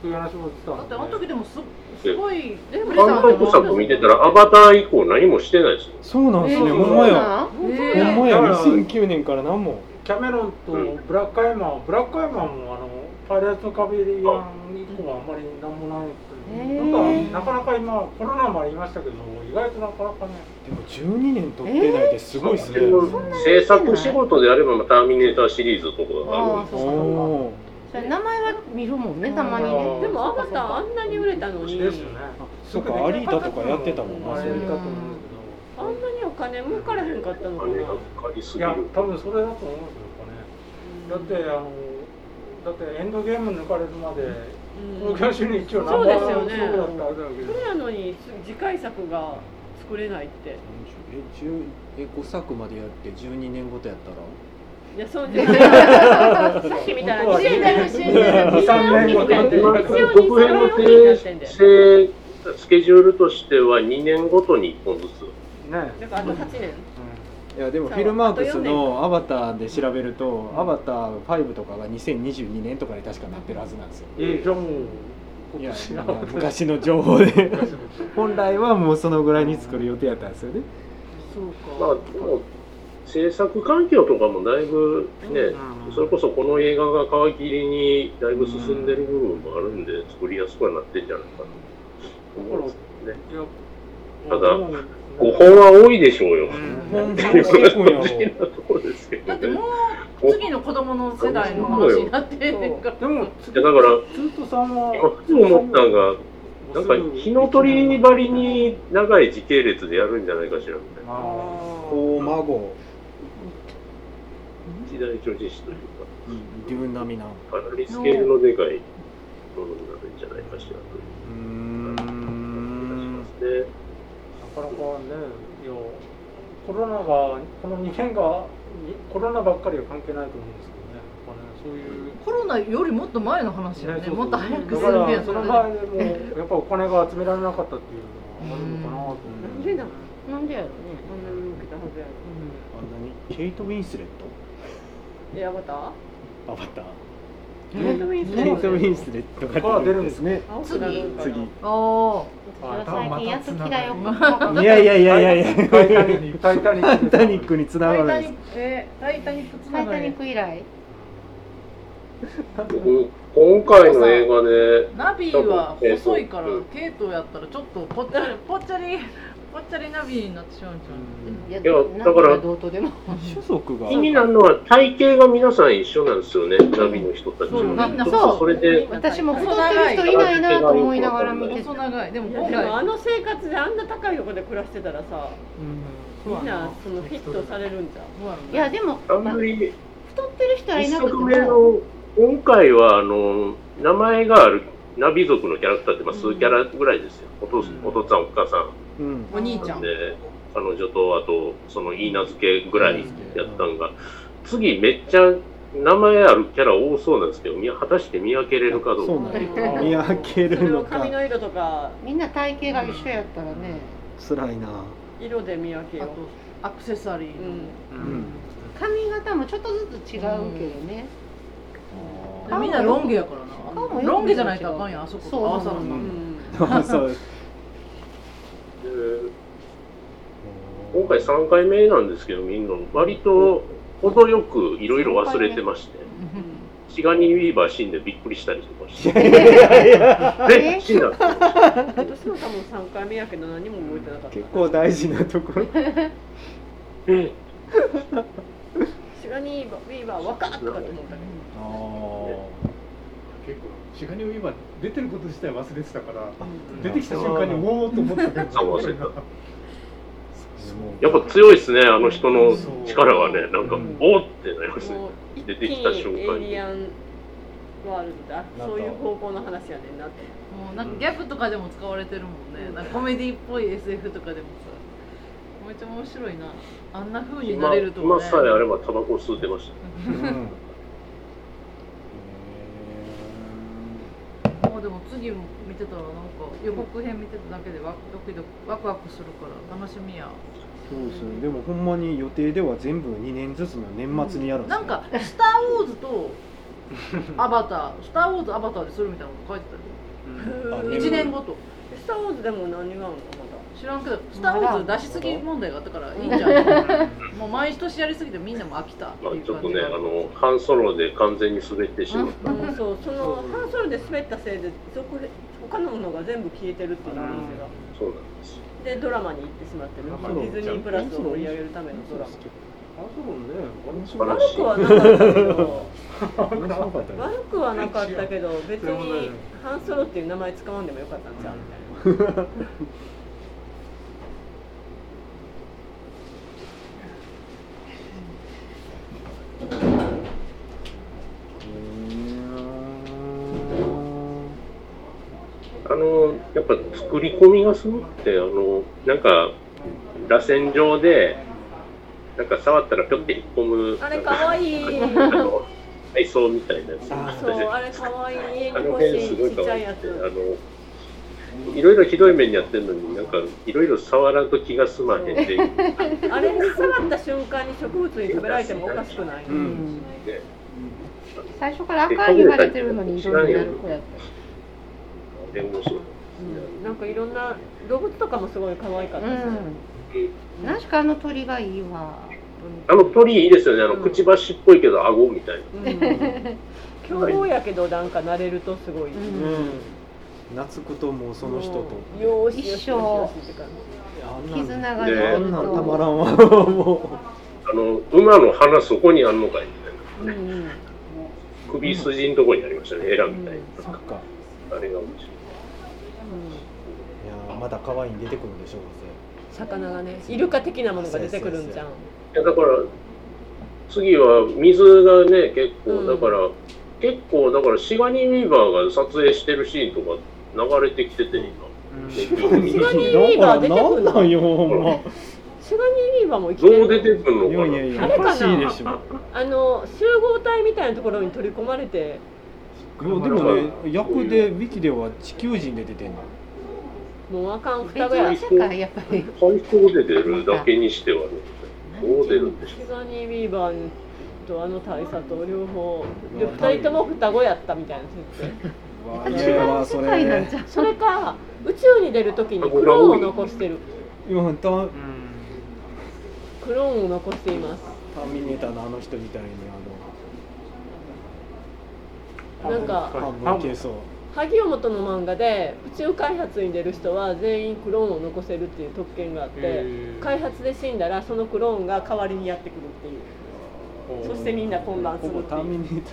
S3: そういう話もしてた
S6: だってあの時でもすすごい。
S5: でも
S1: た韓国作見てたら、アバター以降何もしてないですよ。
S2: ーそうなんですね、
S3: えー
S2: ほんまや
S4: なん
S6: え
S2: ほんま
S6: ー
S2: や
S3: だから
S2: 2009年から何も
S3: キャメロンとブラックアイマンはブラックアイマンもあのパイレーツ・カビリアン以降はあんまりなんもないっていう
S4: へー
S3: なんかなかなか今コロナもありましたけど意外となかなかね
S2: でも12年撮ってないってすごいですね、
S1: 制作仕事であれば、まあターミネーターシリーズとかがあるん
S4: あ
S1: で
S4: ーそうそう
S2: おー
S4: それ名前は見るもんねたまに
S3: あー
S4: ね
S5: でもアバターあんなに売れたのに
S3: ですよね
S2: そっかアリータとかやってたもんな
S3: あ
S2: そ
S3: れ
S2: れ
S3: やったと思うんだ
S5: あんなにお金儲からへんかったの
S1: お
S5: か
S1: 金が
S5: な
S1: かかりす
S3: けどい
S1: ぎる
S3: や。多分それだと思うんですよやっぱねだってあのだってエンドゲーム抜かれるまで
S5: うん
S3: 興行収入一応
S5: そうですよね
S3: ナンバーワンだったわけです
S5: それなのに次回作が作れないって
S2: え10え5作までやって12年ごとやったら
S5: いやそうじゃないさっきみたいな
S3: 本当は
S5: 死んでる死んで
S3: 二
S5: る
S3: 三年後
S5: 一応
S1: 今、
S5: 2
S1: 続編の
S5: 3年
S1: 定
S5: 後
S1: 性、スケジュールとしては2年ごとに1本ずつ。
S3: ね
S5: だからあと8年
S3: う
S2: いやでもフィルマークスの「アバター」で調べると「アバター5」とかが2022年とかに確かなってるはずなんですよ
S7: えじゃあもう
S2: い
S7: 今
S2: や
S7: 年
S2: な
S7: なん
S2: か昔の情報で本来はもうそのぐらいに作る予定やったんですよね
S5: そう
S1: まあ
S5: か。
S1: でも制作環境とかもだいぶね、
S3: うん
S1: それこそこの映画が皮切りにだいぶ進んでる部分もあるんで、作りやすくはなってんじゃないかなと思うんですけどね。
S3: いや
S1: ただ
S3: もう
S1: 5本は多いでしょうよ。
S3: うん
S2: 本
S1: っていう
S2: 当結構やろ
S1: ところですけど
S6: だって
S1: ね
S6: も。う次の子供の世代の話になってるから
S3: でも
S1: いやだから、
S3: ずっとさんは
S1: 今ふと思ったのが、なんか日の鳥ばりに長い時系列でやるんじゃないかしらみたいな。
S2: 大孫
S1: 時代調子師という
S2: リュウナミナ
S1: か、かなりスケールのでかいものになるんじゃないかしらという
S2: うー
S1: 気がし
S2: ん
S1: ますね。
S3: なかなかね、いや、コロナが、この2年が、にコロナばっかりは関係ないと思うんですけどね、やっぱねそういう。
S6: コロナよりもっと前の話よ
S3: ね
S6: ね
S3: そうそう
S6: もっと早く
S3: だ
S6: 進
S3: か
S6: んで
S3: ら
S6: や
S3: その
S6: の
S3: 場合でも、やっぱお金が集められなかったっていうのはあるのかなと思
S2: う
S5: なんんでだ。なんでやろうね。あんなに受けたはずやろ。
S2: あんなにケイト・ウィンスレッ
S5: エアバター？
S2: トアバター
S5: ケイトウィンスレッ
S2: ケイ
S5: ト
S2: ト・ウィンスレット
S3: が出るんです
S2: ね
S5: 青くなるんかな
S2: 次
S6: あ
S4: 私は最近やっと気がよく
S2: いやいやいやいやいや
S3: タイタニック、タ イタニ
S2: タ
S3: ック
S2: イタニックに
S6: あ
S2: 繋
S6: タ
S2: が
S6: イタ
S2: ら
S6: ニ
S2: ない
S6: ックえータイタニックつ
S4: タ
S6: な
S4: イタ
S6: が
S4: ニ
S6: り
S4: ック以来
S1: 僕、今回の映画ね、
S6: ナビは細いからケイトやったらちょっとぽっちゃりぽっちゃりぽっちゃりナビになってしまうんじゃない
S4: いや
S1: いやだから
S4: なんどうとでも
S2: 種族が
S1: 気になるのは体型が皆さん一緒なんですよね、ナビの人たち
S6: そうみん
S1: も。
S6: な
S1: ちょっとそれで、
S4: 私も太ってる人いないなと思いながら見てた
S6: 細長いでも
S5: いや
S6: 今
S5: でもあ
S6: 回
S5: の生活であんな高いとこで暮らしてたらさ、
S3: うん
S5: みんなそのフィットされるんじゃ
S4: い
S5: ん。
S4: やでも、
S1: あん
S4: まあ
S1: まり
S4: 太ってる人はい
S1: 一
S4: なくて
S1: 作目
S4: も
S1: の、今回はあの、名前があるナビ族のキャラクターって、まあ、数キャラぐらいですよ。お父お父さん、お母さ
S2: うん
S6: お兄ちゃ
S1: ん
S6: ん
S1: で、彼女と、あと、その、いい名付けぐらいやったんが、次めっちゃ名前あるキャラ多そうなんですけど、み果たして見分けれるかどう
S2: そう
S1: か。
S2: なんや見分け
S5: そ
S2: る
S5: れ
S2: の
S5: を
S2: か
S5: 髪の色とか
S4: みんな体型が一緒やったらね
S2: 辛いな
S5: 色で見分け
S6: あ
S5: よ
S6: とアクセサリ
S5: う。
S6: ー
S5: う
S6: の
S5: ん。
S2: ん
S4: 髪型もちょっとずつ違うけどね、
S6: でみんなロン毛やから
S4: 顔も
S6: な
S4: よく
S6: ロン毛じゃないとあかんやんあそこ
S4: そう
S6: 合わさる
S5: う
S6: の
S5: ん。
S2: そう
S1: で今回3回目なんですけど、みんな割と程よくいろいろ忘れてまして、シガニー・ウィーバー死んでびっくりしたりとかして、
S4: え
S1: え死んだ
S5: 私も多分三回目やけど何も覚えてなかった。
S2: 結構大事なと ころ
S5: シガニーウィーバー若っとかって思ったけど。
S7: 結構シガニウィーバー出てること自体忘れてたから
S2: ん
S7: 出てきた瞬間におおと思ったけど
S1: そう忘れてたや
S2: や
S1: っぱ強いですね、あの人の力はね、なんか、
S2: うん
S1: おおってなりますね。
S5: もう一
S1: 出
S5: 気
S1: て
S5: に
S1: きた瞬間
S5: エイ
S1: に
S5: リアンワールドだそういう方向の話やねんなって
S6: もうなんかギャグとかでも使われてるもんね、なんかコメディっぽい SF とかでもさめっちゃ面白いなあんな風にな
S1: 今
S6: れるとは
S1: 今
S6: ね
S1: さえあればタバコ吸ってましたね。
S2: うん
S6: もうでも次も見てたらなんか予告編見てただけでワクドキドキワクワクするから楽しみや
S2: そうですねでもほんまに予定では全部2年ずつの年末にやるんです
S6: な
S2: よ
S6: んか「スター・ウォーズ」 と「アバター」「スター・ウォーズ」「アバター」でするみたいなこと書いて
S2: あ
S6: たよ
S2: ね
S6: 1年ごと
S5: スター・ウォーズでも何があるの
S6: 知らんけど「スター・ウォーズ」出しすぎ問題があったからいいんじゃないもう毎年やりすぎてみんなも飽きたって
S1: まあ
S6: いう
S1: ちょっ
S6: 感
S1: と
S6: じ
S1: ね、
S6: が
S1: あの、半ソロで完全に滑ってしまった。
S5: まだ、うん、そうそのハンソロで滑ったせいで続編他のものが全部消えてるっていうニュースが
S1: そうなんですよ。
S5: でドラマに行ってしまってる
S3: なんか
S5: デ
S3: ね
S5: ィズニープラスを盛り上げるためのドラマ
S3: あそうね、
S1: 素晴
S3: 面白い
S1: らしい
S5: 悪く。はなかったけど
S2: 面白かったね
S5: 悪くはなかったけど別にハンソロっていう名前使わんでもよかったんちゃうみたいな
S1: あの、やっぱ作り込みがすごくて、あの、なんか、螺旋状で、なんか触ったらぴょって引っ込む。
S5: あれかわいい
S1: あの体操みたいなやつ。
S2: あー
S5: そうあれかわいい家に
S1: あの
S5: 欲
S1: 辺す
S5: し
S1: ご
S5: い
S1: い
S5: ちっち
S1: 可
S5: ゃ
S1: 愛
S5: い
S1: い
S5: や
S1: って、
S5: つ
S1: あの、いろいろひどい目にやってるのになんかいろいろ触らんと気が済まへんっていう
S5: あれに触った瞬間に植物に食べられてもおかしくない、
S2: うん
S1: で
S4: 最初から赤い言われてるのにいろいろやる子やった
S1: あれ面白い
S5: なんかいろんな動物とかもすごい可愛かったし、
S4: うん。確かあの鳥がいいわ。
S1: あの鳥いいですよねあの、
S5: うん
S1: くちばしっぽいけど顎みたいな
S5: うん凶暴やけどなんか慣れるとすごい、
S4: うん
S2: 懐くともうその人と
S5: うんよーしよしよしよしって感
S2: あんなん
S4: 絆が
S1: ね
S4: ね。
S2: あんなんたまらん わも
S1: あの馬の鼻そこにあんのかいみたいな
S5: じうんうん
S1: 首筋のとこにありましたねエラみたいな
S2: うそっか
S1: あれが面白い
S2: いやーまだ可愛いに出てくるでしょう
S5: 魚がねイルカ的なものが出てくるんじゃ
S1: い
S5: ん
S1: やだから次は水がね結構だから、結構だからシガニー・ウィーバーが撮影してるシーンとか流れてきてて今
S2: ど
S1: シガニーウ
S5: ィーバー出てくるの
S2: だからなんなんよほんま
S5: シガニーウィーバーも生き
S1: ゾ
S5: て
S1: ウ出
S5: る
S1: てくん
S2: い
S1: の
S2: や
S1: かない
S2: やい
S5: あ
S2: や
S5: れ
S2: お
S5: かな
S2: かしいでしょ
S5: あの集合体みたいなところに取り込まれて
S2: いやでもね役でウィキでは地球人で出てんの
S5: もうあかん
S4: 別
S5: 双子や
S4: の
S5: シ
S4: 世界やっぱり。
S1: 最高で出るだけにしてはねどう出るんでしょ
S5: ガニーウィーバーとあの大佐と両方で2人とも双子やったみたいな設定
S2: わ
S4: 違
S2: いうやわ
S4: 世
S2: そ
S4: 界なん
S2: れ
S4: じゃん。
S5: それか宇宙に出る時にクローンを残してる
S2: 今タ
S5: クローンを残しています
S2: ターミネーターのあの人みたいに
S5: なんか
S2: あの半分消そう
S5: 萩尾本の漫画で宇宙開発に出る人は全員クローンを残せるっていう特権があって開発で死んだらそのクローンが代わりにやってくるっていうそしてみんな混乱す
S2: ほ
S5: る
S2: ぼ
S5: って
S2: タ
S5: い
S2: ー
S5: う
S2: ミネータ
S5: っ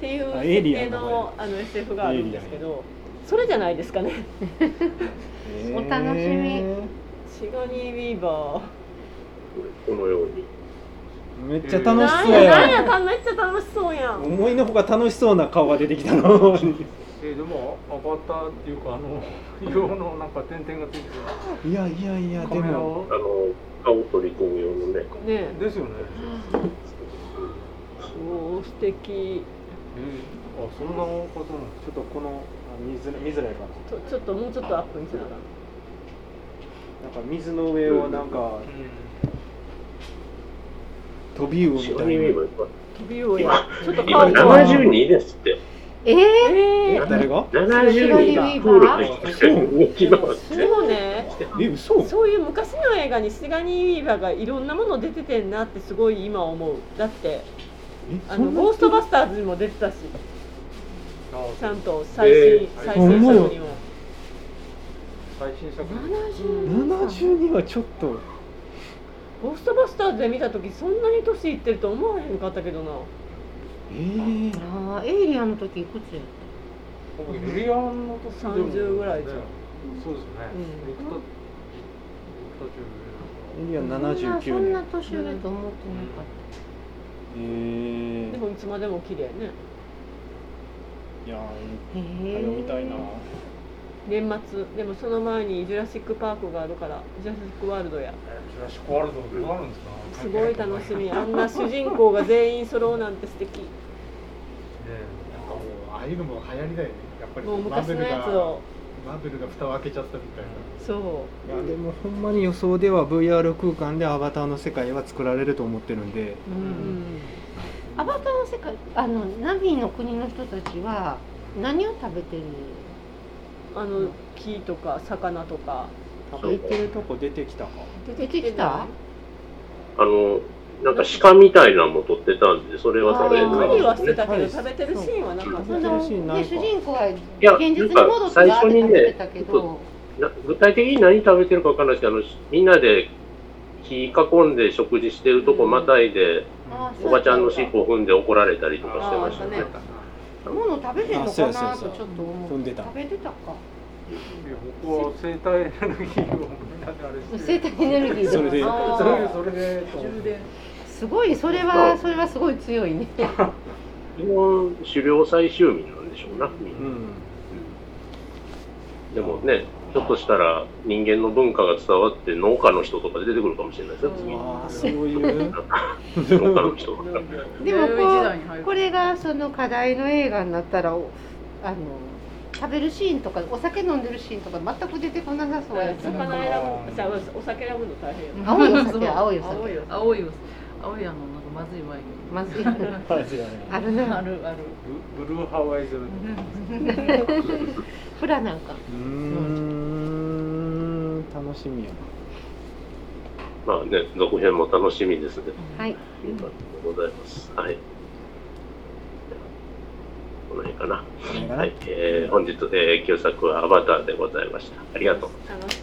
S5: ていう
S2: あエイ
S5: 設
S2: リア
S5: 定
S2: ンの
S5: のあの SF があるんですけどそれじゃないですかね
S2: ー
S4: お楽しみ
S2: え
S5: シガニー・ウィーバー
S1: うこのように
S2: ーめっちゃ楽し
S5: なん
S2: そう
S5: やな
S2: や
S5: んやかんめっちゃ楽しそうやん
S2: 思いのほか楽しそうな顔が出てきたの
S3: えーでもアバターっていうかあの 色のなんか点々がついてる
S2: いやいやいや
S3: カ
S2: で
S3: メラ
S2: も
S3: を
S1: あの顔取り込む用のね
S5: ね
S3: ですよね、
S5: おお素敵
S3: えーあそんなことなん
S2: ちょっとこのあ見づら見づらいかな
S5: とちょっともうちょっとアップにせなあ
S2: な
S5: かん
S2: んか水の上をなんか飛び魚み
S1: シ
S2: た
S1: ガ
S2: い
S1: ニー・ウィ
S2: な
S1: ーバーいっ
S5: 飛び魚やちょっと
S1: ぱい今
S5: 顔が
S1: 72ですって
S4: ええ
S5: えー
S2: 誰が
S1: 72がプールの人たちが動き回って
S5: そうね
S2: え嘘
S5: そういう昔の映画にシガニー・ウィーバーがいろんなもの出ててんなってすごい今思うだって
S2: え
S5: あ
S2: そ
S5: の
S2: んな
S5: ゴーストバスターズにも出てたしち
S3: だ
S5: ゃんと最新、
S1: えー
S5: 最新作にも
S3: 最新作
S2: 72はちょっと
S5: ゴーストバスターズで見た時そんなに年いってると思わへんかったけどな
S2: えー、
S4: ああ、エイリアンの時いくつやっ
S3: 僕ユリアンの時
S5: 30ぐらいじゃん
S3: そうですね、
S5: うん
S3: ビクタビク
S2: エリアン
S4: たそんなそ
S2: 79
S4: んな
S2: 年
S4: 年上と思ってなかっ
S2: えー、
S5: でもいつまでも綺麗ね
S2: いや
S4: た。へ
S2: ー
S4: え。
S2: 早みたいな
S5: 年末でもその前にジュラシック・パークがあるからジュラシック・ワールドや
S3: ジュラシックワールドってあるんですか
S5: すごい楽しみあんな主人公が全員揃うなんて素敵
S3: ね
S7: なんかもうああいうのも流行りだよねやっぱり
S5: もう
S7: マー
S5: 昔
S7: ベル
S5: のやつ
S7: が
S5: を
S7: マーベルが蓋を開けちゃったみたいな
S5: そ
S2: いやでもほんまに予想では VR 空間でアバターの世界は作られると思ってるんで
S4: う。
S5: う、うんん、
S4: アバターの世界、あのナビの国の人たちは何を食べてる？
S5: あの木とか魚とか
S1: そう
S2: 浮いてるとこ出てきたか
S5: 出
S4: てきた
S1: あのなんか鹿みたいなのも撮ってたんでそれは食べれ
S5: びっくり
S1: な
S5: はいしてたけど食べてるシーンはなかっ
S2: う
S5: た
S4: そ
S2: ん
S4: の
S2: 珍しいな
S4: で主人公は現
S1: や
S4: 実に戻ってガーって食べてたけ
S1: なん
S4: ど、
S1: な具体的に何食べてるかわからないですけどあのみんなで火囲んで食事してるとこまたいで、
S4: あー
S1: おばちゃんの尻尾踏んで怒られたりとかしてました
S5: あ
S1: ね
S5: ーあっ。
S4: 物食べてんのかな
S2: あそうや
S4: と
S2: そうやそうや
S4: ちょっと思う
S2: 踏んでた
S4: 食べてたか
S3: いや僕は生体エネルギーをみんなであれして
S4: 生体エネルギー
S2: それで
S4: あ
S3: それ
S4: ー
S3: それでと思っ
S6: 充
S3: て
S6: 電
S4: すごいそれはそれはすごい強いね
S1: 基本狩猟採集民なんでしょうな、みんな
S2: うん
S1: でもね、ひょっとしたら人間の文化が伝わって農家の人とか出てくるかもしれないですよ、次。
S2: ああ そういう
S1: 農家の人とか。
S4: でも
S6: 弥生時代に入る
S4: これがその課題の映画になったらおあの喋るシーンとかお酒飲んでるシーンとか全く出てこなさそうやつ。
S5: 魚選ぶじゃあお酒選ぶの大変よ
S6: うん
S4: 青い お酒、青いお
S5: 青
S4: 酒。
S5: いよ
S6: 青いよ青いあのなんかまずいワイン
S4: まずい。
S2: はい知らない
S4: ある
S6: あ
S4: な。
S6: るある
S3: ブルーハワイズム
S4: フラなんか。
S2: うーん楽しみや
S1: まあね、続編も楽しみですね。
S4: はい。
S1: という感じでございます。はい。この辺かな。
S2: なこの辺かな
S1: はい。えー本日、えー旧作はアバターでございました。ありがとう。
S5: 楽しい